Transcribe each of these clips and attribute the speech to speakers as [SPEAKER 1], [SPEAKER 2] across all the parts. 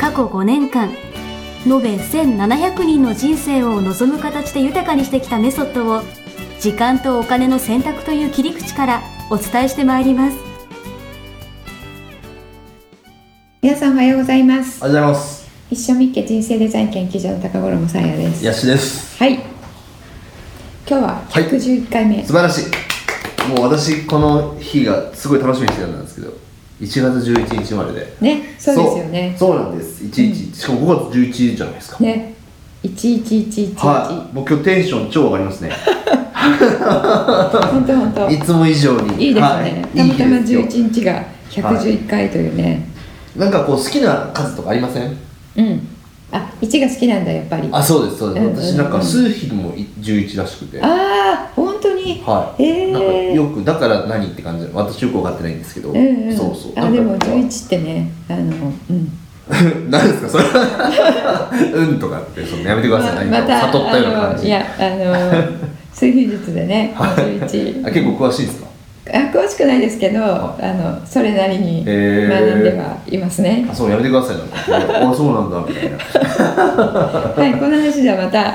[SPEAKER 1] 過去5年間延べ1700人の人生を望む形で豊かにしてきたメソッドを時間とお金の選択という切り口からお伝えしてまいります
[SPEAKER 2] 皆さんおはようございます
[SPEAKER 3] おはようございます。
[SPEAKER 2] 一生みっけ人生デザイン研究所の高頃もさやです
[SPEAKER 3] ヤシです。
[SPEAKER 2] はい今日は
[SPEAKER 3] はい
[SPEAKER 2] 111回目、
[SPEAKER 3] 素晴らしい。もう私この日がすごい楽しみにしてたんですけど、1月11日までで。
[SPEAKER 2] ねそうですよね
[SPEAKER 3] そう。そうなんです。11、しかも5月11日じゃないですか。
[SPEAKER 2] ね11111、
[SPEAKER 3] はい。もう今日テンション超上が りますね。
[SPEAKER 2] 本当本当
[SPEAKER 3] いつも以上に。
[SPEAKER 2] いいですね、
[SPEAKER 3] はい、
[SPEAKER 2] たまたま
[SPEAKER 3] いい日ですよ
[SPEAKER 2] 11日が111回というね、
[SPEAKER 3] なんかこう好きな数とかありません？
[SPEAKER 2] うんあ1が好きなんだやっぱりあ
[SPEAKER 3] あ、そうですそうで
[SPEAKER 2] うんうんうん
[SPEAKER 3] す。私なんか数日もい11らしくて。はい。
[SPEAKER 2] あー本当にえー
[SPEAKER 3] なんかよくだから何って感じで私よく分かってないんですけど、
[SPEAKER 2] うんうん、
[SPEAKER 3] そうそう
[SPEAKER 2] あでも
[SPEAKER 3] なんか
[SPEAKER 2] 11ってねあのうん
[SPEAKER 3] 何ですかそれ うんとかってそのやめてください、
[SPEAKER 2] まま
[SPEAKER 3] 何
[SPEAKER 2] た
[SPEAKER 3] か悟ったような感
[SPEAKER 2] あのい
[SPEAKER 3] じ
[SPEAKER 2] や あの水秘術でね
[SPEAKER 3] あ
[SPEAKER 2] 11
[SPEAKER 3] 結構詳しいですか
[SPEAKER 2] あ詳しくないですけどあのそれなりに学
[SPEAKER 3] へー
[SPEAKER 2] んではいますね
[SPEAKER 3] あ、そうやめてくださいなんかあそうなんだみた いな
[SPEAKER 2] はいこの話じゃまたあ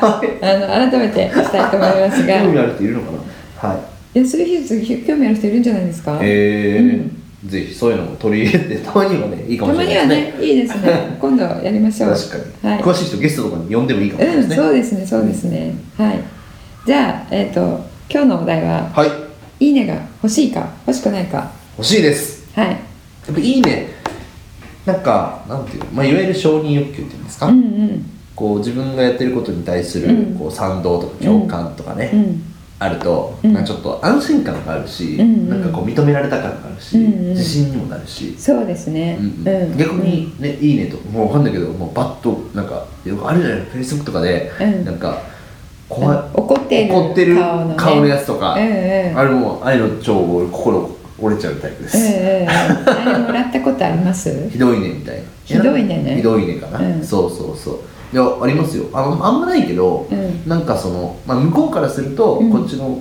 [SPEAKER 2] の改めてしたいと思いますが
[SPEAKER 3] 興味
[SPEAKER 2] い
[SPEAKER 3] ある人いるのかなはい
[SPEAKER 2] や水秘術ひ興味ある人いるんじゃないですか、
[SPEAKER 3] えーぜひそういうのも取り入れて たまにはねいいか
[SPEAKER 2] た
[SPEAKER 3] もし
[SPEAKER 2] ま
[SPEAKER 3] れな
[SPEAKER 2] に
[SPEAKER 3] いで
[SPEAKER 2] は
[SPEAKER 3] すね
[SPEAKER 2] ねいいです ね今度やりましょう
[SPEAKER 3] 確かに、
[SPEAKER 2] は
[SPEAKER 3] 詳しい人ゲストとかに呼んでもいいかもし
[SPEAKER 2] い、
[SPEAKER 3] れ
[SPEAKER 2] う
[SPEAKER 3] ない
[SPEAKER 2] ん
[SPEAKER 3] ですね、
[SPEAKER 2] そうですねそうですねはいじゃあえっ、と今日のお題は
[SPEAKER 3] はい
[SPEAKER 2] 「いいね」が欲しいか欲しくないか
[SPEAKER 3] 欲しいです
[SPEAKER 2] はい
[SPEAKER 3] やっぱいいねなんかなんていうの、まあ、いわゆる承認欲求っていうんですか、
[SPEAKER 2] うんうん
[SPEAKER 3] こう自分がやってることに対する、
[SPEAKER 2] うん
[SPEAKER 3] こう賛同とか共感とかね、
[SPEAKER 2] うん
[SPEAKER 3] あると、
[SPEAKER 2] うん
[SPEAKER 3] なんかちょっと安心感があるし、
[SPEAKER 2] うんうん
[SPEAKER 3] なんかこう認められた感があるし、
[SPEAKER 2] うんうん
[SPEAKER 3] 自信にもなるし、
[SPEAKER 2] そうですね。
[SPEAKER 3] うんうん逆に、ね「いいね」ともうわかんないけどもうバッとなんかよくあるじゃないフェイスブックとかで、
[SPEAKER 2] うん
[SPEAKER 3] なんか
[SPEAKER 2] うん
[SPEAKER 3] 怖い、
[SPEAKER 2] 怒ってる
[SPEAKER 3] 怒ってる
[SPEAKER 2] 顔の,、ね、
[SPEAKER 3] 顔のやつとか、
[SPEAKER 2] うんうん。
[SPEAKER 3] あれもうああいうの超俺心折れちゃうタイプで
[SPEAKER 2] うん
[SPEAKER 3] す、
[SPEAKER 2] うんうん。あれもらったことあります？
[SPEAKER 3] ひどいねみたいな
[SPEAKER 2] ひどいねね
[SPEAKER 3] ひどいねかな、
[SPEAKER 2] うん
[SPEAKER 3] そうそうそういやありますよあのあんまないけど、
[SPEAKER 2] うん
[SPEAKER 3] なんかその、まあ、向こうからすると、
[SPEAKER 2] うん
[SPEAKER 3] こっちの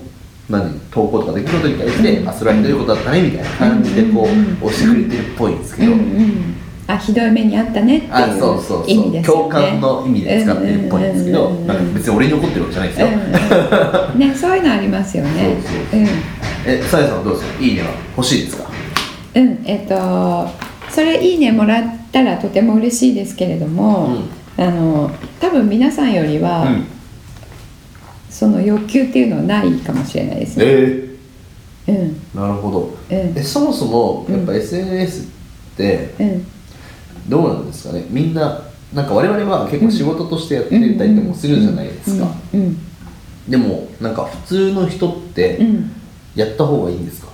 [SPEAKER 3] 何投稿とかできることに対して、
[SPEAKER 2] うん
[SPEAKER 3] あそれはひどいことだったねみたいな感じでこう、
[SPEAKER 2] うん
[SPEAKER 3] 押してくれてるっぽいんです
[SPEAKER 2] う
[SPEAKER 3] け
[SPEAKER 2] ん
[SPEAKER 3] ど、
[SPEAKER 2] うん。あひどい目にあったねっていう
[SPEAKER 3] あそうそうそう
[SPEAKER 2] 意味ですよね。
[SPEAKER 3] 共感の意味で使ってるっぽいんですけど、
[SPEAKER 2] うんうんうん
[SPEAKER 3] なんか別に俺に怒ってるわけじゃないですよ、
[SPEAKER 2] うんうんねそういうのありますよね。
[SPEAKER 3] そうえさやさんはどうですかいいねは欲しいですか
[SPEAKER 2] うんうんえっ、とそれいいねもらったらとても嬉しいですけれども、あの多分皆さんよりは、
[SPEAKER 3] うん
[SPEAKER 2] その欲求っていうのはないかもしれないですね。
[SPEAKER 3] え
[SPEAKER 2] うん
[SPEAKER 3] ー、なるほど
[SPEAKER 2] うん
[SPEAKER 3] えそもそもやっ
[SPEAKER 2] う
[SPEAKER 3] ぱ SNS って
[SPEAKER 2] うん。
[SPEAKER 3] どうなんですかねみんななんか我々は結構仕事としてやってたりとかもするじゃないですか、
[SPEAKER 2] うん
[SPEAKER 3] でもなんか普通の人っ
[SPEAKER 2] うん、う
[SPEAKER 3] て
[SPEAKER 2] ん
[SPEAKER 3] やった方がいいんですか、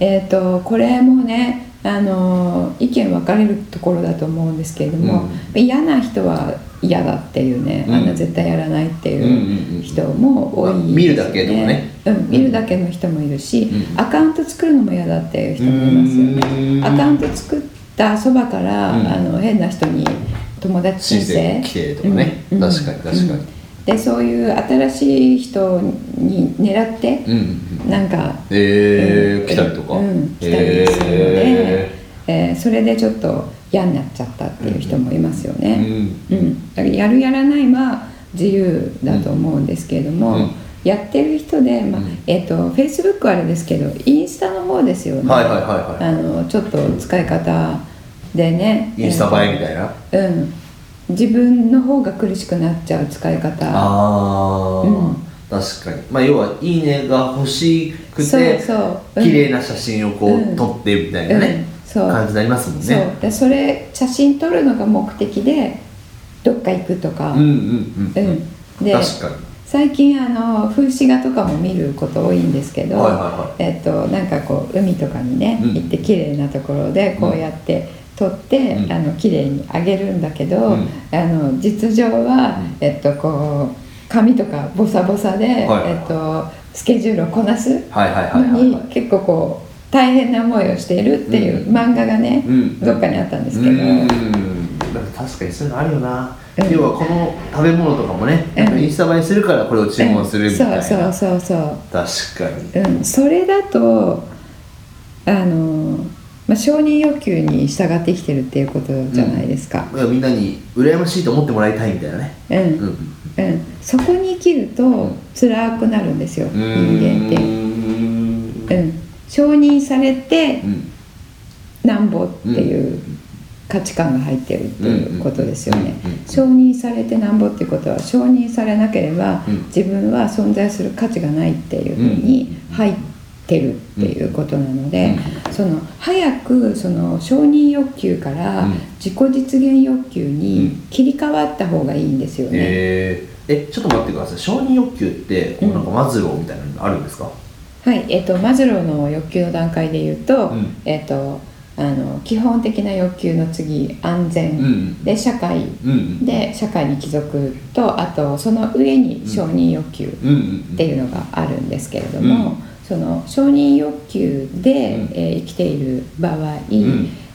[SPEAKER 2] えっ、とこれもねあのー意見分かれるところだと思うんですけれども、嫌な人は嫌だっていうね、
[SPEAKER 3] うん
[SPEAKER 2] あんな絶対やらないって
[SPEAKER 3] うん、
[SPEAKER 2] いう
[SPEAKER 3] うん
[SPEAKER 2] 人も多いですよ、
[SPEAKER 3] まあ見るだけとかね
[SPEAKER 2] うん、見るだけの人もいるし、
[SPEAKER 3] うん
[SPEAKER 2] アカウント作るのも嫌だっていう人もいますよね
[SPEAKER 3] うん
[SPEAKER 2] アカウント作ったそばから、
[SPEAKER 3] うん
[SPEAKER 2] あの変な人に友達申請
[SPEAKER 3] 申請来てとかね確かに確かに
[SPEAKER 2] うんでそういう新しい人に狙って、
[SPEAKER 3] うんうんうん
[SPEAKER 2] なんか、
[SPEAKER 3] えー
[SPEAKER 2] うん
[SPEAKER 3] 来たりとか、
[SPEAKER 2] うん、来たりするので、え
[SPEAKER 3] え
[SPEAKER 2] ーそれでちょっと嫌になっちゃったっていう人もいますよ
[SPEAKER 3] ー
[SPEAKER 2] ね、うんだからやるやらないは自由だと思うんですけれども、
[SPEAKER 3] うん
[SPEAKER 2] やってる人で、まあ
[SPEAKER 3] うん
[SPEAKER 2] えっとフェイスブックはあれですけどインスタの方ですよね、
[SPEAKER 3] はいはいはいはい
[SPEAKER 2] あのちょっと使い方でね
[SPEAKER 3] インスタ映えみたいな、
[SPEAKER 2] えーうん自分の方が苦しくなっちゃう使い方
[SPEAKER 3] あー、
[SPEAKER 2] うん
[SPEAKER 3] 確かにまあ要は「いいね」が欲しくて
[SPEAKER 2] そうそううん
[SPEAKER 3] 綺麗な写真をこう、
[SPEAKER 2] うん
[SPEAKER 3] 撮ってみたいなね、
[SPEAKER 2] うんそう
[SPEAKER 3] 感じになりますもん
[SPEAKER 2] そ
[SPEAKER 3] ね
[SPEAKER 2] うでそれ写真撮るのが目的でどっか行くとか、
[SPEAKER 3] うんうんうん、
[SPEAKER 2] うんで
[SPEAKER 3] 確かに
[SPEAKER 2] 最近あの風刺画とかも見ること多いんですけど、
[SPEAKER 3] はいはいはい
[SPEAKER 2] えっとなんかこう海とかにね、
[SPEAKER 3] うん
[SPEAKER 2] 行って綺麗なところでこうやって取って、
[SPEAKER 3] うん
[SPEAKER 2] あの綺麗にあげるんだけど、
[SPEAKER 3] うん
[SPEAKER 2] あの実情は、えっとこう髪とかボサボサで、
[SPEAKER 3] いはいはい
[SPEAKER 2] えっとスケジュールをこなす
[SPEAKER 3] はいはいはい
[SPEAKER 2] の
[SPEAKER 3] はい
[SPEAKER 2] に
[SPEAKER 3] はい
[SPEAKER 2] 結構こう大変な思いをしているっていうう漫画がね、
[SPEAKER 3] うん
[SPEAKER 2] どっかにあったんですけ
[SPEAKER 3] う
[SPEAKER 2] ど、
[SPEAKER 3] んなんか確かにそういうのあるよな、
[SPEAKER 2] うん
[SPEAKER 3] 要はこの食べ物とかもね、
[SPEAKER 2] うん
[SPEAKER 3] インスタ映えするからこれを注文するみたいな、
[SPEAKER 2] うんそうそうそうそう
[SPEAKER 3] 確かに
[SPEAKER 2] うん、それだとあの、まあ、承認欲求に従って生きてるっていうことじゃないですか、
[SPEAKER 3] だからみんなに羨ましいと思ってもらいたいみたいなね
[SPEAKER 2] うんう
[SPEAKER 3] うんん
[SPEAKER 2] そこに生きると辛くなるんですよ、人間
[SPEAKER 3] う
[SPEAKER 2] っ
[SPEAKER 3] ん
[SPEAKER 2] て、うん、承認されて
[SPEAKER 3] うん
[SPEAKER 2] なんぼっていう価値観が入ってるっていうことですよね
[SPEAKER 3] うんうんうん
[SPEAKER 2] 承認されてなんぼっていうことは承認されなければ
[SPEAKER 3] うん
[SPEAKER 2] 自分は存在する価値がないっていうふうに入ってるっていうことなのでその早くその承認欲求から
[SPEAKER 3] うん
[SPEAKER 2] 自己実現欲求に
[SPEAKER 3] うん
[SPEAKER 2] 切り替わった方がいいんですよね。
[SPEAKER 3] えーえちょっと待ってください承認欲求ってこうなんかマズローみたいなのあるんですか、
[SPEAKER 2] はい、えっとマズローの欲求の段階で言うと
[SPEAKER 3] うん
[SPEAKER 2] えっとあの基本的な欲求の次安
[SPEAKER 3] うん
[SPEAKER 2] 全で社会
[SPEAKER 3] うんうん
[SPEAKER 2] で社会に帰属とあとその上に承認欲求
[SPEAKER 3] うんうんうん
[SPEAKER 2] っていうのがあるんですけれども、
[SPEAKER 3] うん
[SPEAKER 2] その承認欲求で、
[SPEAKER 3] うん
[SPEAKER 2] えー生きている場合、
[SPEAKER 3] ん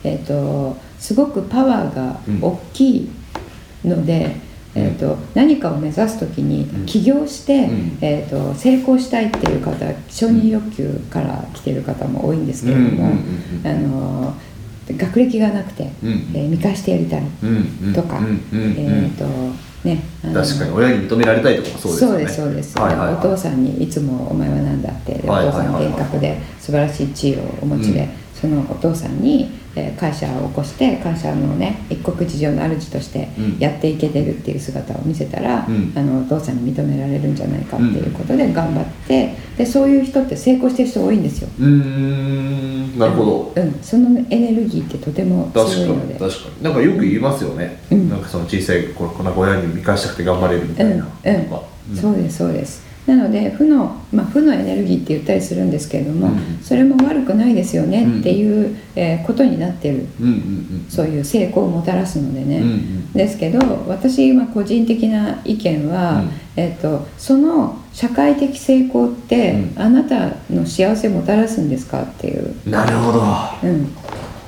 [SPEAKER 2] えー、とすごくパワーが大きいので、
[SPEAKER 3] うん
[SPEAKER 2] えー、と何かを目指す時
[SPEAKER 3] うん
[SPEAKER 2] に起業して、
[SPEAKER 3] うん
[SPEAKER 2] えー、と成功したいっていう方承認欲求から来ている方も多いんですけれども、
[SPEAKER 3] うんうんうん
[SPEAKER 2] あのー学歴がなくて、
[SPEAKER 3] うん
[SPEAKER 2] えー見返してやりたい
[SPEAKER 3] うんうん
[SPEAKER 2] とか、
[SPEAKER 3] うんうんうん
[SPEAKER 2] えっ、とねあのー
[SPEAKER 3] 確かに親に認められたいとかもそうですよ
[SPEAKER 2] そ
[SPEAKER 3] ね
[SPEAKER 2] うですそうです
[SPEAKER 3] はいはいはい、
[SPEAKER 2] お父さんにいつも「お前は何だ?」って、
[SPEAKER 3] はい
[SPEAKER 2] お父さん
[SPEAKER 3] はいは
[SPEAKER 2] 厳
[SPEAKER 3] い
[SPEAKER 2] 格で素晴らしい地位をお持ちで、
[SPEAKER 3] うん
[SPEAKER 2] そのお父さんに、えー会社を起こして会社のね一国一城の主として
[SPEAKER 3] うん
[SPEAKER 2] やっていけてるっていう姿を見せたら、
[SPEAKER 3] うん
[SPEAKER 2] あのお父さんに認められるんじゃないかっていうことで頑張ってでそういう人って成功してる人多いんですよ。
[SPEAKER 3] うーんなるほど、
[SPEAKER 2] うん、そのエネルギーってとても
[SPEAKER 3] 確
[SPEAKER 2] 強い
[SPEAKER 3] か
[SPEAKER 2] の
[SPEAKER 3] に
[SPEAKER 2] で。
[SPEAKER 3] 確かになんかよく言いますよね、
[SPEAKER 2] うん
[SPEAKER 3] なんかその小さい頃こんな親に見返したくて頑張れるみたいなと
[SPEAKER 2] うんうん
[SPEAKER 3] か、
[SPEAKER 2] そうですそうですなので負の、まあ、負のエネルギーって言ったりするんですけれども、
[SPEAKER 3] うん
[SPEAKER 2] それも悪くないですよ
[SPEAKER 3] うん
[SPEAKER 2] ねっていう、えーことになってる
[SPEAKER 3] うんうんうん
[SPEAKER 2] そういう成功をもたらすのでね、
[SPEAKER 3] うんうん
[SPEAKER 2] ですけど私は個人的な意見は、
[SPEAKER 3] うん
[SPEAKER 2] えっとその社会的成功って、
[SPEAKER 3] うん
[SPEAKER 2] あなたの幸せもたらすんですかっていう、
[SPEAKER 3] なるほど
[SPEAKER 2] うん、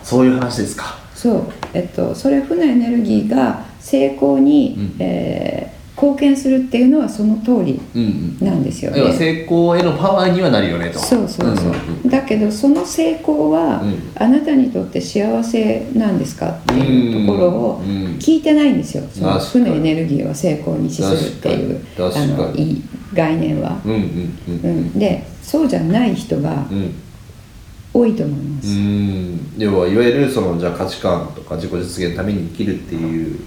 [SPEAKER 3] そういう話ですか
[SPEAKER 2] そう、えっと、それ負のエネルギーが成功に、
[SPEAKER 3] うん
[SPEAKER 2] えー貢献するっていうのはその通り
[SPEAKER 3] うんうん
[SPEAKER 2] なんですよね。
[SPEAKER 3] 要は成功へのパワーにはなるよねと
[SPEAKER 2] そうそうそう、
[SPEAKER 3] ん
[SPEAKER 2] だけどその成功は、
[SPEAKER 3] うん
[SPEAKER 2] あなたにとって幸せなんですかっていうところを
[SPEAKER 3] うんうん
[SPEAKER 2] 聞いてないんですよ、その
[SPEAKER 3] 確か
[SPEAKER 2] 負
[SPEAKER 3] に
[SPEAKER 2] のエネルギーを成功に資するっていう
[SPEAKER 3] 確かに確かに
[SPEAKER 2] あのいい概念は、
[SPEAKER 3] うんうんうん
[SPEAKER 2] う
[SPEAKER 3] うんん
[SPEAKER 2] でそうじゃない人が
[SPEAKER 3] うん
[SPEAKER 2] 多いと思いま
[SPEAKER 3] う
[SPEAKER 2] す、
[SPEAKER 3] ん要はいわゆるそのじゃあ価値観とか自己実現のために生きるっていう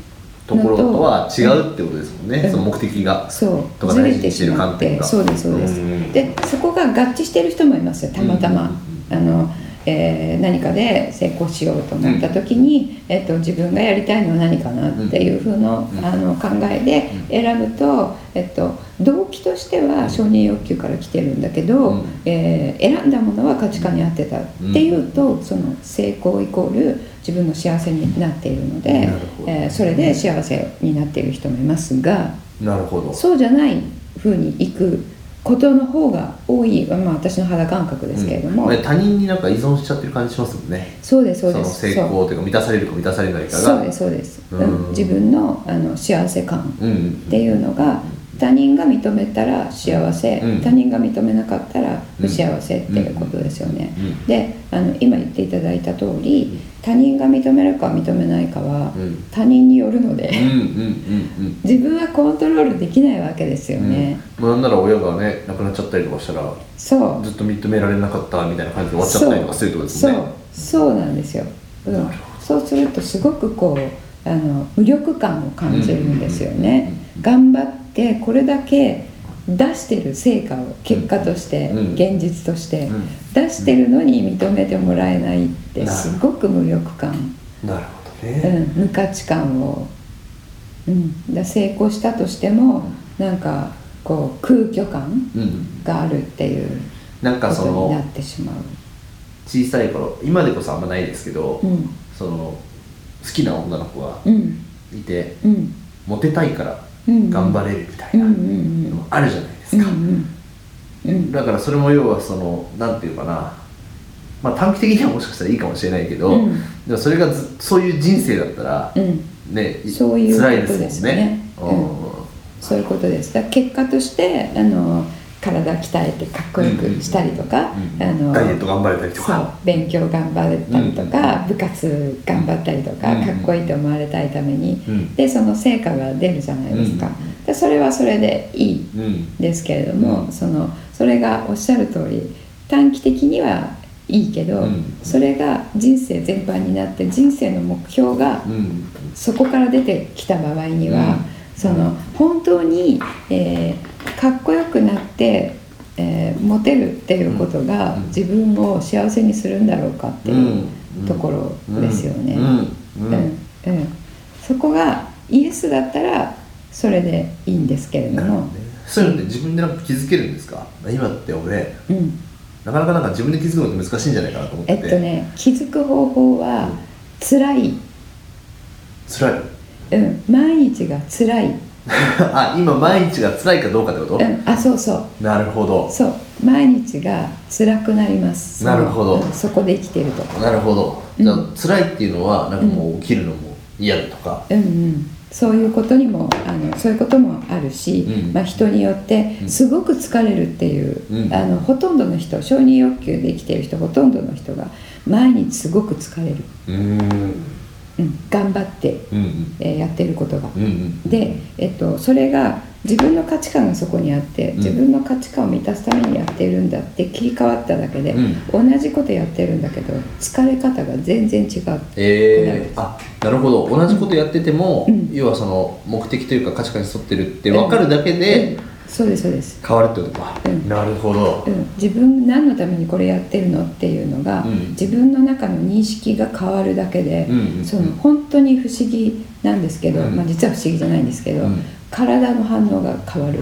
[SPEAKER 3] ところとは違うってことですもんね、
[SPEAKER 2] うん
[SPEAKER 3] その目的が
[SPEAKER 2] そう
[SPEAKER 3] とか
[SPEAKER 2] ず
[SPEAKER 3] 大
[SPEAKER 2] れ
[SPEAKER 3] 事に
[SPEAKER 2] て
[SPEAKER 3] して
[SPEAKER 2] し
[SPEAKER 3] る
[SPEAKER 2] ま
[SPEAKER 3] 観
[SPEAKER 2] っ
[SPEAKER 3] 点
[SPEAKER 2] て
[SPEAKER 3] が
[SPEAKER 2] そうですそうです、
[SPEAKER 3] うん
[SPEAKER 2] でそこが合致してる人もいますよたまたま、あのえー何かで成功しようと思った時に、えっと自分がやりたいのは何かなっていうふうな、
[SPEAKER 3] ん
[SPEAKER 2] あの考えで選ぶと、えっと、動機としては承認欲求から来てるんだけど、
[SPEAKER 3] うん
[SPEAKER 2] えー選んだものは価値観に合ってたっていうと、その成功イコール自分の幸せになっているので
[SPEAKER 3] なるほ、ど
[SPEAKER 2] えーそれで幸せになっている人もいますが。
[SPEAKER 3] なるほど
[SPEAKER 2] そうじゃない風に行くことの方が多い、まあ、私の肌感覚ですけれども、
[SPEAKER 3] うんね他人になんか依存しちゃってる感じしますもんね
[SPEAKER 2] そうですそう
[SPEAKER 3] の
[SPEAKER 2] です
[SPEAKER 3] 成功というか満たされるか満たされないか
[SPEAKER 2] そ
[SPEAKER 3] が
[SPEAKER 2] うそうですそうです、うん
[SPEAKER 3] うん
[SPEAKER 2] 自分のあの幸せ感
[SPEAKER 3] うんうん
[SPEAKER 2] っていうのが他人が認めたら幸せ、
[SPEAKER 3] うん
[SPEAKER 2] 他人が認めなかったら
[SPEAKER 3] うん
[SPEAKER 2] 不幸せっていうことですよね、
[SPEAKER 3] うん
[SPEAKER 2] であの今言っていただいた通り他人が認めるか認めないかは、
[SPEAKER 3] うん
[SPEAKER 2] 他人によるので、
[SPEAKER 3] うんうんうんうん
[SPEAKER 2] 自分はコントロールできないわけですよね、
[SPEAKER 3] うん、もうなんなら親がね亡くなっちゃったりとかしたら
[SPEAKER 2] そう
[SPEAKER 3] ずっと認められなかったみたいな感じで終わっちゃったりとかするってことですもんね
[SPEAKER 2] そうそうなんですよ、うん、そうするとすごくこうあの無力感を感じるんですよね頑張ってこれだけ出してる成果を結果として、
[SPEAKER 3] うん
[SPEAKER 2] 現実として、
[SPEAKER 3] うん
[SPEAKER 2] 出してるのに認めてもらえないってすごく無力感、
[SPEAKER 3] なるほど
[SPEAKER 2] う
[SPEAKER 3] ね、
[SPEAKER 2] ん、無価値観を、うん、だ成功したとしてもなんかこう空虚感
[SPEAKER 3] うん
[SPEAKER 2] があるっていう
[SPEAKER 3] なん
[SPEAKER 2] こ
[SPEAKER 3] かそ
[SPEAKER 2] とにな
[SPEAKER 3] の
[SPEAKER 2] ってしまう。
[SPEAKER 3] 小さい頃今でこそあんまないですけど、
[SPEAKER 2] うん
[SPEAKER 3] その好きな女の子が
[SPEAKER 2] うん
[SPEAKER 3] いて、
[SPEAKER 2] うん
[SPEAKER 3] モテたいから
[SPEAKER 2] うん
[SPEAKER 3] 頑張れるみた
[SPEAKER 2] う
[SPEAKER 3] い
[SPEAKER 2] んう
[SPEAKER 3] な、
[SPEAKER 2] ん
[SPEAKER 3] のもあるじゃないで
[SPEAKER 2] う
[SPEAKER 3] す
[SPEAKER 2] ん
[SPEAKER 3] か、
[SPEAKER 2] うんうん
[SPEAKER 3] だからそれも要はそのなんていうかなまあ短期的にはもしかしたらいいかもしれないけど、
[SPEAKER 2] うん
[SPEAKER 3] でもそれがずそういう人生だったら、
[SPEAKER 2] うん
[SPEAKER 3] ねい
[SPEAKER 2] そういう
[SPEAKER 3] 辛いで
[SPEAKER 2] ことですす
[SPEAKER 3] もんね
[SPEAKER 2] ね
[SPEAKER 3] うん
[SPEAKER 2] そういうことですだから結果としてあの体鍛えてかっこよくしたりとか、あの
[SPEAKER 3] ダイエット頑張れたりと
[SPEAKER 2] そう
[SPEAKER 3] か
[SPEAKER 2] 勉強頑張れたりとか、部活頑張ったりとか、
[SPEAKER 3] うん
[SPEAKER 2] かっこいいと思われたいために、
[SPEAKER 3] うん
[SPEAKER 2] でその成果が出るじゃないですか、でそれはそれでいい
[SPEAKER 3] うん
[SPEAKER 2] ですけれども、
[SPEAKER 3] うん
[SPEAKER 2] そのそれがおっしゃる通り短期的にはいいけど、
[SPEAKER 3] うん
[SPEAKER 2] それが人生全般になって人生の目標が
[SPEAKER 3] うん
[SPEAKER 2] そこから出てきた場合には、
[SPEAKER 3] うん
[SPEAKER 2] その本当に、えーかっこよくなって、えーモテるっていうことが、
[SPEAKER 3] うん
[SPEAKER 2] 自分を幸せにするんだろうかっていうところですよね。
[SPEAKER 3] うん
[SPEAKER 2] う
[SPEAKER 3] うんんうん
[SPEAKER 2] うんそこがイエスだったらそれでいいんですけれど
[SPEAKER 3] なるほど
[SPEAKER 2] も
[SPEAKER 3] ね、そういうのって自分でなんか気づけるんですか今って俺
[SPEAKER 2] うん、
[SPEAKER 3] なかなかなんか自分で気づくのって難しいんじゃないかなと思って
[SPEAKER 2] えっとね気づく方法は辛い、
[SPEAKER 3] 辛い
[SPEAKER 2] うん、毎日が辛い、
[SPEAKER 3] あ今毎日が辛いかどうかってこと、
[SPEAKER 2] うん、あそうそう
[SPEAKER 3] なるほど
[SPEAKER 2] そう毎日が辛くなります
[SPEAKER 3] なるほど
[SPEAKER 2] そのそこで生きてると
[SPEAKER 3] なるほど
[SPEAKER 2] うん
[SPEAKER 3] じゃあ辛いっていうのはなんかもう起きるのも嫌だとか、
[SPEAKER 2] うんうんそういうことにもあのそういうこともあるし、
[SPEAKER 3] うん
[SPEAKER 2] まあ、人によって
[SPEAKER 3] うん
[SPEAKER 2] すごく疲れるっていう、
[SPEAKER 3] うん
[SPEAKER 2] あのほとんどの人承認欲求で生きてる人ほとんどの人が毎日すごく疲れる、
[SPEAKER 3] うーん、
[SPEAKER 2] うん、頑張って、
[SPEAKER 3] うんうん
[SPEAKER 2] えーやってることが、
[SPEAKER 3] うんうん
[SPEAKER 2] で、えっと、それが自分の価値観がそこにあって自分の価値観を満たすためにやってるんだって切り替わっただけで、同じことやってるんだけど疲れ方が全然違う
[SPEAKER 3] えー、あなるほど同じことやってても、
[SPEAKER 2] うん
[SPEAKER 3] 要はその目的というか価値観に沿ってるって分かるだけで
[SPEAKER 2] うんそうですそうです、
[SPEAKER 3] 変わるってことか、
[SPEAKER 2] うん
[SPEAKER 3] なるほど
[SPEAKER 2] う、ん、自分何のためにこれやってるのっていうのが、
[SPEAKER 3] うん
[SPEAKER 2] 自分の中の認識が変わるだけで、
[SPEAKER 3] うんうんうん
[SPEAKER 2] その本当に不思議なんですけど、
[SPEAKER 3] うん
[SPEAKER 2] まあ、実は不思議じゃないんですけど、
[SPEAKER 3] うん
[SPEAKER 2] 体の反応が変わる、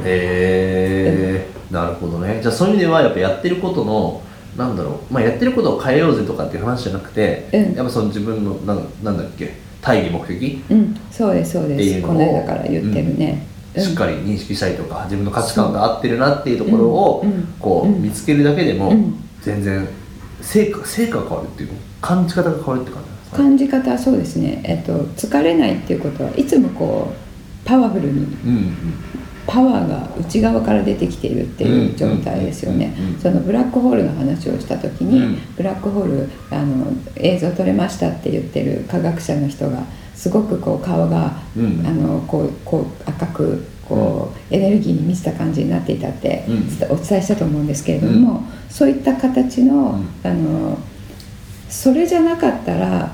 [SPEAKER 3] へえなるほどねじゃあそういう意味ではやっぱやってることのなんだろう、まあ、やってることを変えようぜとかっていう話じゃなくて、
[SPEAKER 2] うん
[SPEAKER 3] やっぱその自分のなんなんだっけ大義目的
[SPEAKER 2] うん、そうですそう
[SPEAKER 3] ってい
[SPEAKER 2] です
[SPEAKER 3] うのを
[SPEAKER 2] この間から言ってるね、うん
[SPEAKER 3] しっかり認識したりとか自分の価値観が合ってるなっていうところを
[SPEAKER 2] うんうん
[SPEAKER 3] こう
[SPEAKER 2] うん
[SPEAKER 3] 見つけるだけでも
[SPEAKER 2] うん
[SPEAKER 3] 全然成果成果が変わるっていうの感じ方が変わるって感じなんですかね
[SPEAKER 2] 感じ方はそうですね、えっと、疲れないっていうことはいつもこうパワフルに
[SPEAKER 3] うん
[SPEAKER 2] パワーが内側から出てきているっていう状態ですよね
[SPEAKER 3] うんうんうんうん
[SPEAKER 2] そのブラックホールの話をした時に、
[SPEAKER 3] うん
[SPEAKER 2] ブラックホールあの映像撮れましたって言ってる科学者の人がすごくこう顔が、
[SPEAKER 3] うん
[SPEAKER 2] あのこうこう赤くこうエネルギーに満ちた感じになっていたって
[SPEAKER 3] うん
[SPEAKER 2] つたお伝えしたと思うんですけれども、そういった形の,、
[SPEAKER 3] う
[SPEAKER 2] あのそれじゃなかったら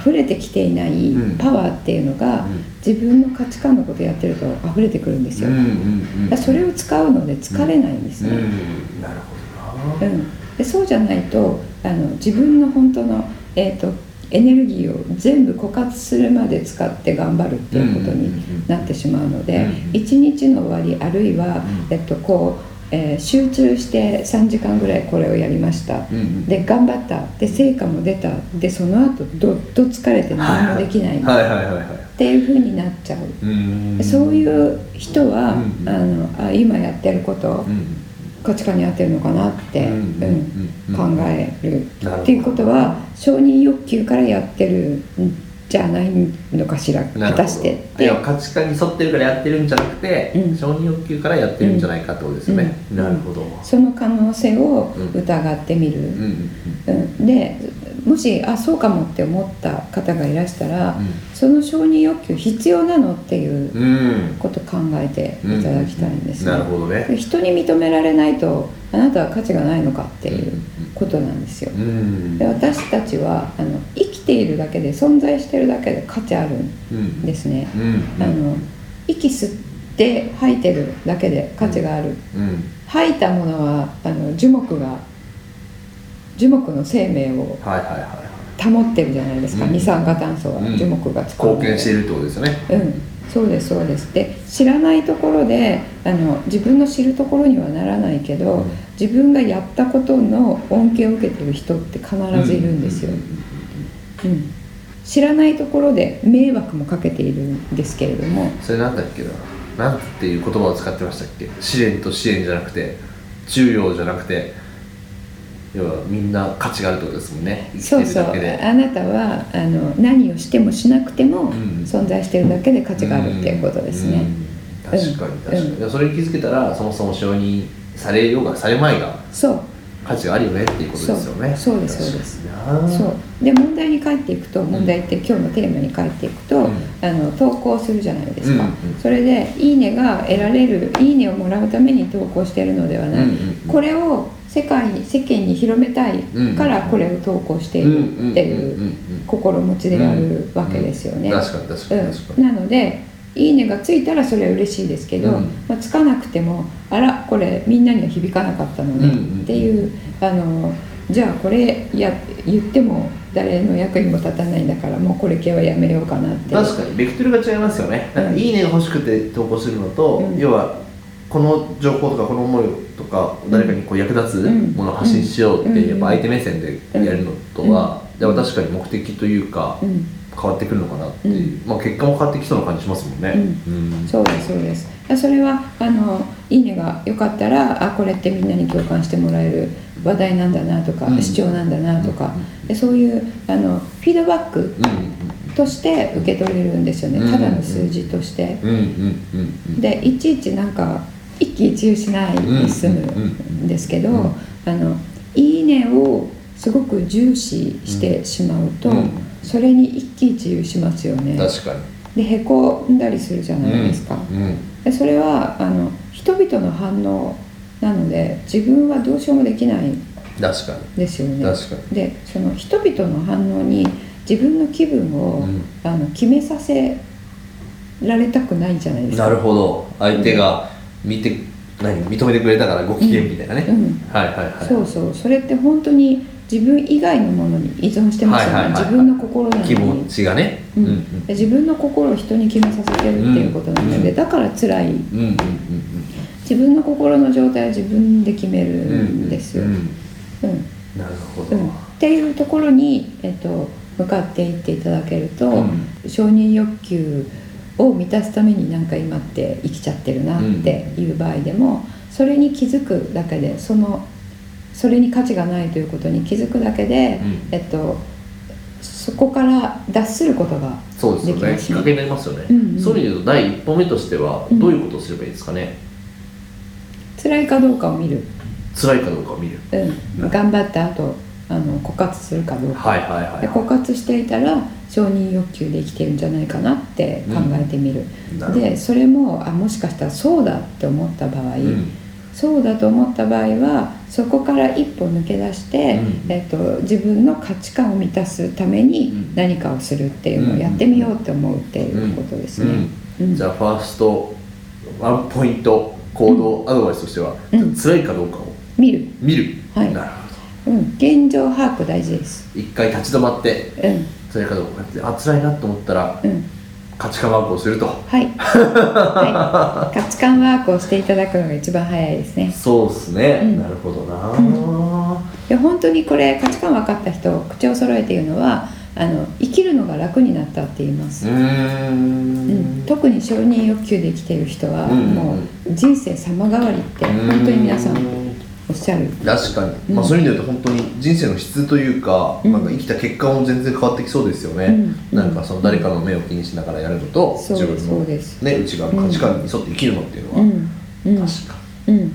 [SPEAKER 2] 溢れてきていない
[SPEAKER 3] うん
[SPEAKER 2] パワーっていうのが、
[SPEAKER 3] うん
[SPEAKER 2] 自分の価値観のことやってると溢れてくるんです
[SPEAKER 3] う
[SPEAKER 2] よ、
[SPEAKER 3] んうんうん
[SPEAKER 2] だからそれを使うので疲れないんです
[SPEAKER 3] う
[SPEAKER 2] ね、
[SPEAKER 3] ん
[SPEAKER 2] うん
[SPEAKER 3] なるほどな
[SPEAKER 2] でそうじゃないとあの自分の本当の、えー、とエネルギーを全部枯渇するまで使って頑張るっていうこと
[SPEAKER 3] うんうんうんうん
[SPEAKER 2] になってしまうので、
[SPEAKER 3] うん
[SPEAKER 2] 一日の終わりあるいは、
[SPEAKER 3] うん
[SPEAKER 2] えっとこうえー集中して3時間ぐらいこれをやりました、
[SPEAKER 3] うんうん
[SPEAKER 2] で頑張ったで成果も出たでその後どっと疲れて何もできない、
[SPEAKER 3] はいはいはいはいはい
[SPEAKER 2] っていうふうになっちゃう。
[SPEAKER 3] うん
[SPEAKER 2] そういう人は、
[SPEAKER 3] うん
[SPEAKER 2] あのあ今やってること、
[SPEAKER 3] うん
[SPEAKER 2] 価値観に合ってるのかなって、
[SPEAKER 3] う
[SPEAKER 2] うんん
[SPEAKER 3] うん
[SPEAKER 2] 考える
[SPEAKER 3] なるほど
[SPEAKER 2] っていうことは承認欲求からやってるんじゃないのかしら
[SPEAKER 3] な
[SPEAKER 2] 果
[SPEAKER 3] るほど
[SPEAKER 2] たしてっ
[SPEAKER 3] い
[SPEAKER 2] て
[SPEAKER 3] や価値観に沿ってるからやってるんじゃなくて、
[SPEAKER 2] うん
[SPEAKER 3] 承認欲求からやってるんじゃないかってことですよね、
[SPEAKER 2] うん
[SPEAKER 3] なるほど、
[SPEAKER 2] その可能性を
[SPEAKER 3] うん
[SPEAKER 2] 疑ってみる、
[SPEAKER 3] うんうんう
[SPEAKER 2] う
[SPEAKER 3] ん
[SPEAKER 2] んでもしあそうかもって思った方がいらしたら、
[SPEAKER 3] うん
[SPEAKER 2] その承認欲求必要なのっていう
[SPEAKER 3] うん
[SPEAKER 2] こと考えていただきたいんですね。
[SPEAKER 3] なるほどね
[SPEAKER 2] で人に認められないとあなたは価値がないのかっていうことなんですよ
[SPEAKER 3] うん
[SPEAKER 2] で私たちはあの生きているだけで存在してるだけで価値あるん
[SPEAKER 3] うん
[SPEAKER 2] ですね
[SPEAKER 3] うんうん
[SPEAKER 2] あの息吸って吐いてるだけで価値がある
[SPEAKER 3] うん
[SPEAKER 2] 吐いたものはあの樹木が樹木の生命を
[SPEAKER 3] はいはいはい
[SPEAKER 2] 保ってるじゃないですか、
[SPEAKER 3] うん
[SPEAKER 2] 二酸化炭素は
[SPEAKER 3] うん
[SPEAKER 2] 樹木が作
[SPEAKER 3] 貢献してい
[SPEAKER 2] る
[SPEAKER 3] るってことですよね
[SPEAKER 2] うんそうですそうですで知らないところであの自分の知るところにはならないけど、
[SPEAKER 3] うん
[SPEAKER 2] 自分がやったことの恩恵を受けてる人って必ずいるんですよ、
[SPEAKER 3] う
[SPEAKER 2] うん
[SPEAKER 3] うんうんうん
[SPEAKER 2] うん、知らないところで迷惑もかけているんですけれども
[SPEAKER 3] それなんだっけななんていう言葉を使ってましたっけ試練と支援じゃなくて中央じゃなくて要はみんな価値があるってことですもんね生き
[SPEAKER 2] そう
[SPEAKER 3] てる
[SPEAKER 2] そう
[SPEAKER 3] だけで
[SPEAKER 2] あなたはあの何をしてもしなくても
[SPEAKER 3] ん
[SPEAKER 2] 存在してるだけで価値があるっていうことですね。
[SPEAKER 3] うんうん確かに確かに、それに気づけたらそもそも承認されようがされまいが
[SPEAKER 2] そう
[SPEAKER 3] 価値があるよねっていうことですよね
[SPEAKER 2] そうそうですそうです
[SPEAKER 3] す
[SPEAKER 2] そうで問題に帰っていくと問題って今日のテーマに帰っていくと、
[SPEAKER 3] うん
[SPEAKER 2] あの投稿するじゃないですか、
[SPEAKER 3] うんうん
[SPEAKER 2] それで「いいね」が得られる「いいね」をもらうために投稿してるのではない、
[SPEAKER 3] うんうんうん
[SPEAKER 2] これを世界に世間に広めたいから
[SPEAKER 3] うん
[SPEAKER 2] これを投稿しているってい
[SPEAKER 3] うんうんうんうん
[SPEAKER 2] う心持ちであるわけですよね。
[SPEAKER 3] うん確かに確かに確か
[SPEAKER 2] うん、
[SPEAKER 3] に、
[SPEAKER 2] なので「いいね」がついたらそれは嬉しいですけど、
[SPEAKER 3] うん
[SPEAKER 2] まあ、つかなくてもあらこれみんなには響かなかったのね、
[SPEAKER 3] うんうん
[SPEAKER 2] っていうあのじゃあこれや言っても誰の役にも立たないんだからもうこれ系はやめようかなって
[SPEAKER 3] 確かにベクトルが違いますよね、
[SPEAKER 2] うん
[SPEAKER 3] なんかいいねが欲しくて投稿するのと、
[SPEAKER 2] うん
[SPEAKER 3] 要はこの情報とかこの思いとか誰かにこう役立つ
[SPEAKER 2] うん
[SPEAKER 3] ものを発信しようっ
[SPEAKER 2] うん
[SPEAKER 3] てやっぱ相手目線でやるのとは、
[SPEAKER 2] うん
[SPEAKER 3] でも確かに目的というか
[SPEAKER 2] うん
[SPEAKER 3] 変わってくるのかなっていう、まあ、結果も変わってきそうな感じしますもんね、
[SPEAKER 2] うん
[SPEAKER 3] うん
[SPEAKER 2] そうですそうですそれはあの「いいね」がよかったらあこれってみんなに共感してもらえる話題なんだなとか、
[SPEAKER 3] うん
[SPEAKER 2] 主張なんだなとか、
[SPEAKER 3] うん
[SPEAKER 2] でそういうあのフィードバックとして受け取れるんですよね、
[SPEAKER 3] うん
[SPEAKER 2] ただの数字として。
[SPEAKER 3] うんうんうんうんうん
[SPEAKER 2] でいちいちなんか一喜一憂しないで済むんですけど、
[SPEAKER 3] うんうんうん
[SPEAKER 2] あの「いいね」をすごく重視してしまうと、
[SPEAKER 3] うん
[SPEAKER 2] それに一喜一憂しますよね
[SPEAKER 3] 確か
[SPEAKER 2] でへこんだりするじゃ
[SPEAKER 3] に
[SPEAKER 2] ないですか、
[SPEAKER 3] うんうん
[SPEAKER 2] でそれはあの人々の反応なので自分はどうしようもできないん
[SPEAKER 3] 確かに
[SPEAKER 2] ですよね
[SPEAKER 3] 確か
[SPEAKER 2] でその人々の反応に自分の気分を、
[SPEAKER 3] うん
[SPEAKER 2] あの決めさせられたくないじゃないですか
[SPEAKER 3] なるほど相手が見て何認めてくれたからご機嫌みたいなね、
[SPEAKER 2] うん
[SPEAKER 3] はいはいはい
[SPEAKER 2] そうそうそれって本当に自分以外のものに依存してますよね、
[SPEAKER 3] はいはいはいはい
[SPEAKER 2] 自分の心なの
[SPEAKER 3] 気
[SPEAKER 2] に、
[SPEAKER 3] 持ちがね
[SPEAKER 2] う
[SPEAKER 3] うんんうん
[SPEAKER 2] 自分の心を人に決めさせてるっていうことなので、
[SPEAKER 3] うん
[SPEAKER 2] だから辛い
[SPEAKER 3] うんうんうん
[SPEAKER 2] 自分の心の状態は自分で決める
[SPEAKER 3] うんうん
[SPEAKER 2] んですよ、
[SPEAKER 3] う
[SPEAKER 2] うん
[SPEAKER 3] んなるほ
[SPEAKER 2] う
[SPEAKER 3] ど、
[SPEAKER 2] んっていうところに、えっと、向かっていっていただけると、
[SPEAKER 3] うん
[SPEAKER 2] 承認欲求を満たすためになんか今って生きちゃってるなっていう場合でも、それに気づくだけでそのそれに価値がないということに気づくだけで、
[SPEAKER 3] うん
[SPEAKER 2] えっと、そこから脱することが
[SPEAKER 3] そうですよ
[SPEAKER 2] でき
[SPEAKER 3] ね
[SPEAKER 2] ますね
[SPEAKER 3] きっかけになりますよね、
[SPEAKER 2] うんうん
[SPEAKER 3] そういう意味で言うと第一歩目としては
[SPEAKER 2] うん
[SPEAKER 3] どういうことをすればいいですかね、
[SPEAKER 2] 辛いかどうかを見る、
[SPEAKER 3] 辛いかどうかを見る
[SPEAKER 2] うん
[SPEAKER 3] うん
[SPEAKER 2] 頑張った後あの枯渇するかどうか、
[SPEAKER 3] はいはいはい
[SPEAKER 2] で枯渇していたら承認欲求で生きてるんじゃないかなって考えてみる、
[SPEAKER 3] なるほど
[SPEAKER 2] でそれもあもしかしたらそうだって思った場合、
[SPEAKER 3] うん
[SPEAKER 2] そうだと思った場合はそこから一歩抜け出して、
[SPEAKER 3] うん
[SPEAKER 2] えっと自分の価値観を満たすため
[SPEAKER 3] う
[SPEAKER 2] に
[SPEAKER 3] ん
[SPEAKER 2] 何かをするっていうのをやってみようって思うっていうことですね。
[SPEAKER 3] うん
[SPEAKER 2] うん
[SPEAKER 3] じゃあファーストワンポイント行動アドバイスとしては、
[SPEAKER 2] うん
[SPEAKER 3] 辛いかどうかを
[SPEAKER 2] 見る、
[SPEAKER 3] 見る、
[SPEAKER 2] はい
[SPEAKER 3] なるほど
[SPEAKER 2] うん、現状把握大事です。
[SPEAKER 3] 一回立ち止まって
[SPEAKER 2] うん
[SPEAKER 3] 辛いかどうかってあ辛いなと思ったら
[SPEAKER 2] うん
[SPEAKER 3] 価値観ワークをすると
[SPEAKER 2] はい、はい、価値観ワークをしていただくのが一番早いですね。
[SPEAKER 3] そうっすね、
[SPEAKER 2] うん
[SPEAKER 3] なるほどな、
[SPEAKER 2] で本当にこれ価値観分かった人口を揃えて言うのはあの生きるのが楽になったって言います、
[SPEAKER 3] うん
[SPEAKER 2] うん、特に承認欲求で生きている人は、
[SPEAKER 3] うん
[SPEAKER 2] もう人生様変わりって本当に皆さんおっしゃる
[SPEAKER 3] 確かに、ま
[SPEAKER 2] う
[SPEAKER 3] あ、
[SPEAKER 2] ん
[SPEAKER 3] そういう意味で言うと本当に人生の質というか,、
[SPEAKER 2] うん
[SPEAKER 3] なんか生きた結果も全然変わってきそうですよね、
[SPEAKER 2] うん
[SPEAKER 3] なんかその誰かの目を気にしながらやるのと、
[SPEAKER 2] そう
[SPEAKER 3] 自
[SPEAKER 2] です
[SPEAKER 3] 分
[SPEAKER 2] そ
[SPEAKER 3] の、
[SPEAKER 2] うです
[SPEAKER 3] ね、内側の価値観に沿って生きるのっていうのは、
[SPEAKER 2] うんうん
[SPEAKER 3] 確か
[SPEAKER 2] うん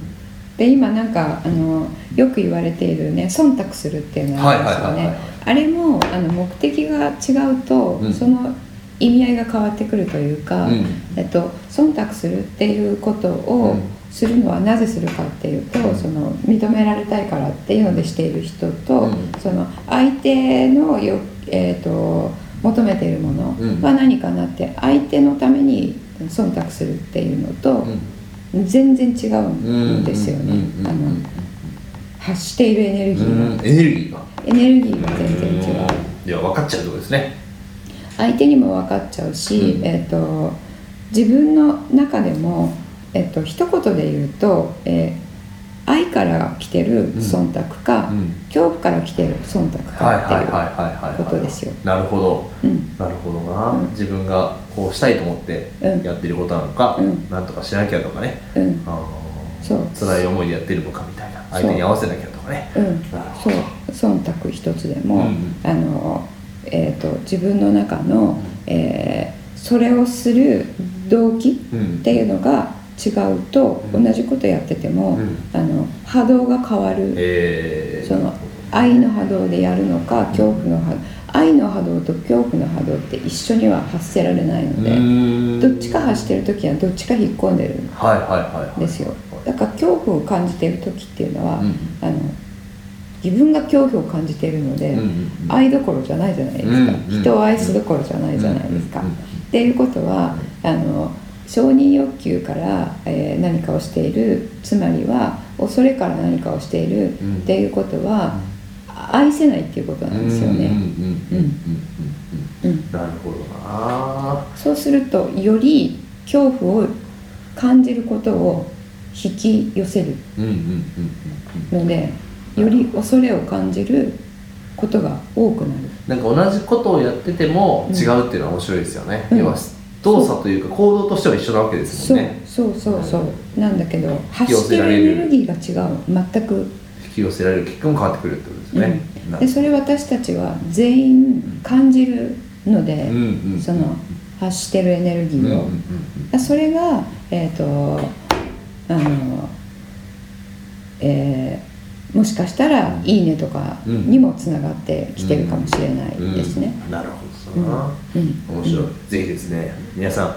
[SPEAKER 2] で今なんかあのよく言われているね忖度するっていうのがありますよ
[SPEAKER 3] はいはいはいは
[SPEAKER 2] ね
[SPEAKER 3] い
[SPEAKER 2] あれもあの目的が違うと、
[SPEAKER 3] うん
[SPEAKER 2] その意味合いが変わってくるというか、
[SPEAKER 3] うん
[SPEAKER 2] えっと、忖度するっていうこと
[SPEAKER 3] う
[SPEAKER 2] を
[SPEAKER 3] ん
[SPEAKER 2] するのはなぜするかっていうと、
[SPEAKER 3] うん
[SPEAKER 2] その認められたいからっていうのでしている人と、
[SPEAKER 3] うん
[SPEAKER 2] その相手のよ、えっと求めているもの
[SPEAKER 3] うん
[SPEAKER 2] は何かなって相手のために忖度するっていうのと
[SPEAKER 3] に、
[SPEAKER 2] 全然違う
[SPEAKER 3] うん
[SPEAKER 2] んですよね
[SPEAKER 3] うん
[SPEAKER 2] あ
[SPEAKER 3] うんう
[SPEAKER 2] の
[SPEAKER 3] ん
[SPEAKER 2] 発しているエネルギ
[SPEAKER 3] うん
[SPEAKER 2] ー
[SPEAKER 3] うん
[SPEAKER 2] が
[SPEAKER 3] エネルギーが
[SPEAKER 2] エネルギーが全然違う
[SPEAKER 3] うんいや分かっちゃうとこですね
[SPEAKER 2] 相手にも分かっちゃうし、
[SPEAKER 3] うん
[SPEAKER 2] えっと自分の中でも、えっと一言で言うと、えー愛から来てる忖度か、
[SPEAKER 3] うん
[SPEAKER 2] 恐怖から来てる忖度
[SPEAKER 3] はいはいはい
[SPEAKER 2] か
[SPEAKER 3] はいは
[SPEAKER 2] こ
[SPEAKER 3] い
[SPEAKER 2] とですよ
[SPEAKER 3] なるほど
[SPEAKER 2] っていう、うん、
[SPEAKER 3] なるほどな、
[SPEAKER 2] うん
[SPEAKER 3] 自分がこうしたいと思って
[SPEAKER 2] うん
[SPEAKER 3] やってることなのか、
[SPEAKER 2] うん
[SPEAKER 3] なんとかしなきゃとかね、
[SPEAKER 2] うん、
[SPEAKER 3] あー
[SPEAKER 2] そう
[SPEAKER 3] 辛い思いでやってるのかみたいな
[SPEAKER 2] う
[SPEAKER 3] 相手に合わせなきゃとかね
[SPEAKER 2] うん
[SPEAKER 3] なる、ほ
[SPEAKER 2] そう
[SPEAKER 3] ど
[SPEAKER 2] 忖度一つでも、
[SPEAKER 3] うん
[SPEAKER 2] あの、えー、と自分の中の、えーそれをする動機
[SPEAKER 3] う
[SPEAKER 2] っ
[SPEAKER 3] ん
[SPEAKER 2] ていうのが違うと、
[SPEAKER 3] うん
[SPEAKER 2] 同じことやってても、
[SPEAKER 3] うん
[SPEAKER 2] あの波動が変わる、
[SPEAKER 3] えー、
[SPEAKER 2] その愛の波動でやるのか恐怖の波動愛の波動と恐怖の波動って一緒には発せられないので、どっちか走
[SPEAKER 3] っ
[SPEAKER 2] ってる時はどっちか引っ込んでるん
[SPEAKER 3] はいはいはいはい
[SPEAKER 2] ですよだから恐怖を感じてる時っていうのは、
[SPEAKER 3] うん
[SPEAKER 2] あの自分が恐怖を感じているので、
[SPEAKER 3] うんうん
[SPEAKER 2] 愛どころじゃないじゃないですか、
[SPEAKER 3] うんうん
[SPEAKER 2] 人を愛すどころじゃないじゃないですか。
[SPEAKER 3] うんうんうん
[SPEAKER 2] っていうことはあの承認欲求から、えー何かをしているつまりは恐れから何かをしている
[SPEAKER 3] うん
[SPEAKER 2] っていうことは、愛せないっていうことなんですよね。
[SPEAKER 3] うんうんうんうんうん
[SPEAKER 2] うん
[SPEAKER 3] うんなるほどな
[SPEAKER 2] そうするとより恐怖を感じることを引き寄せる
[SPEAKER 3] うんうんうんうんうん
[SPEAKER 2] のでより恐れを感じることが多くなる。
[SPEAKER 3] なんか同じことをやってても
[SPEAKER 2] うん
[SPEAKER 3] 違うっていうのは面白いですよね、
[SPEAKER 2] うん
[SPEAKER 3] 要は動作というか行動としては一緒なわけです
[SPEAKER 2] そ
[SPEAKER 3] も
[SPEAKER 2] うん
[SPEAKER 3] ね
[SPEAKER 2] そうそうそうなんだけど
[SPEAKER 3] 引き
[SPEAKER 2] 発
[SPEAKER 3] 寄
[SPEAKER 2] し
[SPEAKER 3] せ
[SPEAKER 2] て
[SPEAKER 3] ら
[SPEAKER 2] る
[SPEAKER 3] れる
[SPEAKER 2] エネルギーが違う全く、
[SPEAKER 3] 引き寄せられる結果も変わってくるってことですね、
[SPEAKER 2] うん、
[SPEAKER 3] な
[SPEAKER 2] でそれ私たちは全員感じるので、
[SPEAKER 3] うんうんうん
[SPEAKER 2] その発してるエネルギ
[SPEAKER 3] うんうん
[SPEAKER 2] ーを、
[SPEAKER 3] うん
[SPEAKER 2] あそれがえっ、とあのえーもしかしたら「いいね」とかにもつながってきてるかもしれな
[SPEAKER 3] うん
[SPEAKER 2] いですね。
[SPEAKER 3] うんなるほ
[SPEAKER 2] う
[SPEAKER 3] ど
[SPEAKER 2] ん
[SPEAKER 3] な、
[SPEAKER 2] うん
[SPEAKER 3] 面白い、
[SPEAKER 2] うん
[SPEAKER 3] ぜひですね皆さん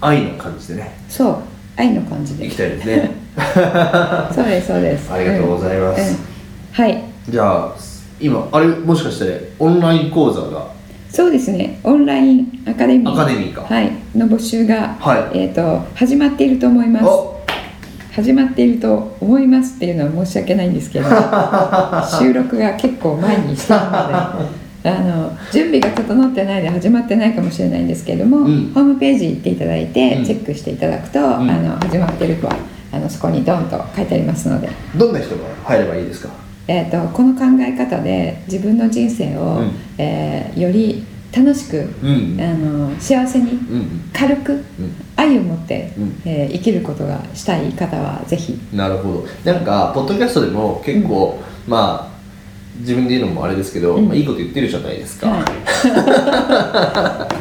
[SPEAKER 3] 愛の感じでね
[SPEAKER 2] そう愛の感じ
[SPEAKER 3] い
[SPEAKER 2] で
[SPEAKER 3] きたいですね
[SPEAKER 2] そうですそうです
[SPEAKER 3] ありがとうございます
[SPEAKER 2] んうんはい
[SPEAKER 3] じゃあ今あれもしかしてオンライン講座が
[SPEAKER 2] そうですねオンラインアカデミー
[SPEAKER 3] アカデミーか
[SPEAKER 2] はい、の募集が、
[SPEAKER 3] はい
[SPEAKER 2] えー、と始まっていると思います
[SPEAKER 3] お
[SPEAKER 2] 始まっていると思いますっていうのは申し訳ないんですけど 収録が結構前にしたので。 あの準備が整ってないで始まってないかもしれないんですけれども、
[SPEAKER 3] うん
[SPEAKER 2] ホームページ行っていただいて、
[SPEAKER 3] うん
[SPEAKER 2] チェックしていただくと、
[SPEAKER 3] ん
[SPEAKER 2] あの始まってるとはあのそこにドンと書いてありますので、
[SPEAKER 3] どんな人が入ればいいですか
[SPEAKER 2] えー、とこの考え方で自分の人生を、
[SPEAKER 3] うん
[SPEAKER 2] えーより楽しく、
[SPEAKER 3] うんうん
[SPEAKER 2] あの幸せに
[SPEAKER 3] うん
[SPEAKER 2] 軽く
[SPEAKER 3] うん
[SPEAKER 2] 愛を持って、
[SPEAKER 3] うん
[SPEAKER 2] えー生きることがしたい方はぜひ
[SPEAKER 3] なるほどなんかポッドキャストでも結構、まあ自分で言うのもあれですけど、
[SPEAKER 2] うん
[SPEAKER 3] まあ、いいこと言ってるじゃないですか、
[SPEAKER 2] はい、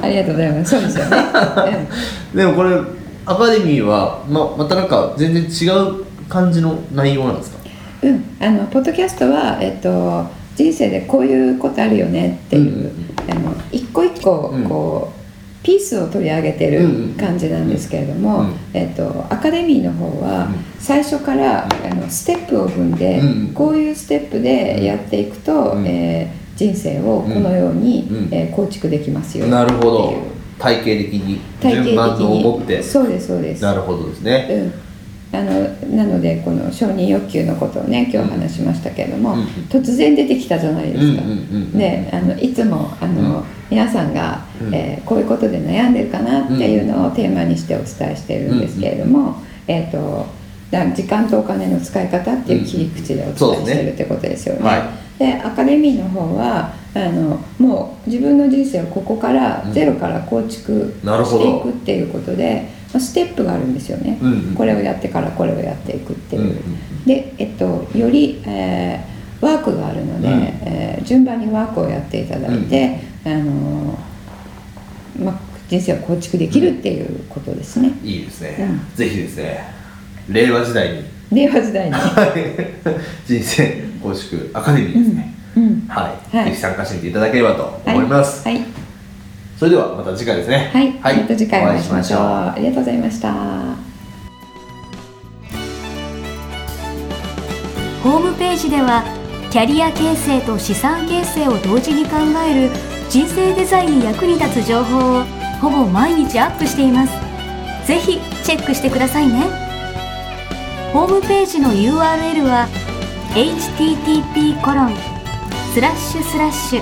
[SPEAKER 2] あ りがとうございますそうですよね、
[SPEAKER 3] でもこれアカデミーは、ままたなんか全然違う感じの内容なんですか
[SPEAKER 2] うんうん、あのポッドキャストは、えっと、人生でこういうことあるよねっていう、あの一個一個
[SPEAKER 3] うん
[SPEAKER 2] こう、ピースを取り上げて
[SPEAKER 3] うんうん
[SPEAKER 2] る感じなんですけれども、
[SPEAKER 3] うん
[SPEAKER 2] えっと、アカデミーの方は
[SPEAKER 3] う
[SPEAKER 2] 最初から、あのステップを踏んで、
[SPEAKER 3] うんうん
[SPEAKER 2] こういうステップでやっていくと、
[SPEAKER 3] うん
[SPEAKER 2] えー人生をこのように、
[SPEAKER 3] うん
[SPEAKER 2] えー構築できますよ
[SPEAKER 3] なるほ
[SPEAKER 2] っ
[SPEAKER 3] ど
[SPEAKER 2] ていう
[SPEAKER 3] 体系的に
[SPEAKER 2] 体系的
[SPEAKER 3] 順番を
[SPEAKER 2] に
[SPEAKER 3] 持って
[SPEAKER 2] そうですそうです
[SPEAKER 3] なるほどですね
[SPEAKER 2] うん、あのなのでこの承認欲求のことをね今日話しましたけれども、
[SPEAKER 3] うん
[SPEAKER 2] 突然出てきたじゃないですか、
[SPEAKER 3] うんうんうんうん
[SPEAKER 2] であのいつもあの、
[SPEAKER 3] うん
[SPEAKER 2] 皆さんが、
[SPEAKER 3] うん
[SPEAKER 2] えーこういうことで悩んでるかなっていうのをテーマにしてお伝えしてるんですけれども、えっ、とだ時間とお金の使い方っていう切り口でお
[SPEAKER 3] そ
[SPEAKER 2] 伝え
[SPEAKER 3] うですね
[SPEAKER 2] してるってことですよね。
[SPEAKER 3] はい
[SPEAKER 2] でアカデミーの方はあのもう自分の人生をここからゼロから構築
[SPEAKER 3] なる
[SPEAKER 2] し
[SPEAKER 3] ほど
[SPEAKER 2] ていくっていうことで、まあ、ステップがあるんですよね、
[SPEAKER 3] うんうん
[SPEAKER 2] これをやってからこれをやっていくっていう、
[SPEAKER 3] うんうん
[SPEAKER 2] で、えっと、より、えーワークがあるので、
[SPEAKER 3] うん
[SPEAKER 2] えー順番にワークをやっていただいて、あのーまあ、人生を構築できるっていうことですね、
[SPEAKER 3] いいですね、
[SPEAKER 2] う
[SPEAKER 3] ぜひですね令和時代に
[SPEAKER 2] 令和時代に、
[SPEAKER 3] 人生公祝アカデミーですね、
[SPEAKER 2] うん、
[SPEAKER 3] はい、
[SPEAKER 2] はい
[SPEAKER 3] ぜひ参加してみていただければと 思います、
[SPEAKER 2] はい、はい
[SPEAKER 3] それではまた次回ですね
[SPEAKER 2] はいまた次回お会いしましょう
[SPEAKER 3] お会い
[SPEAKER 2] ありがとうございました
[SPEAKER 1] ホームページではキャリア形成と資産形成を同時に考える人生デザインに役に立つ情報をほぼ毎日アップしていますぜひチェックしてくださいねホームページの URL は http コロンスラッシュスラッシュ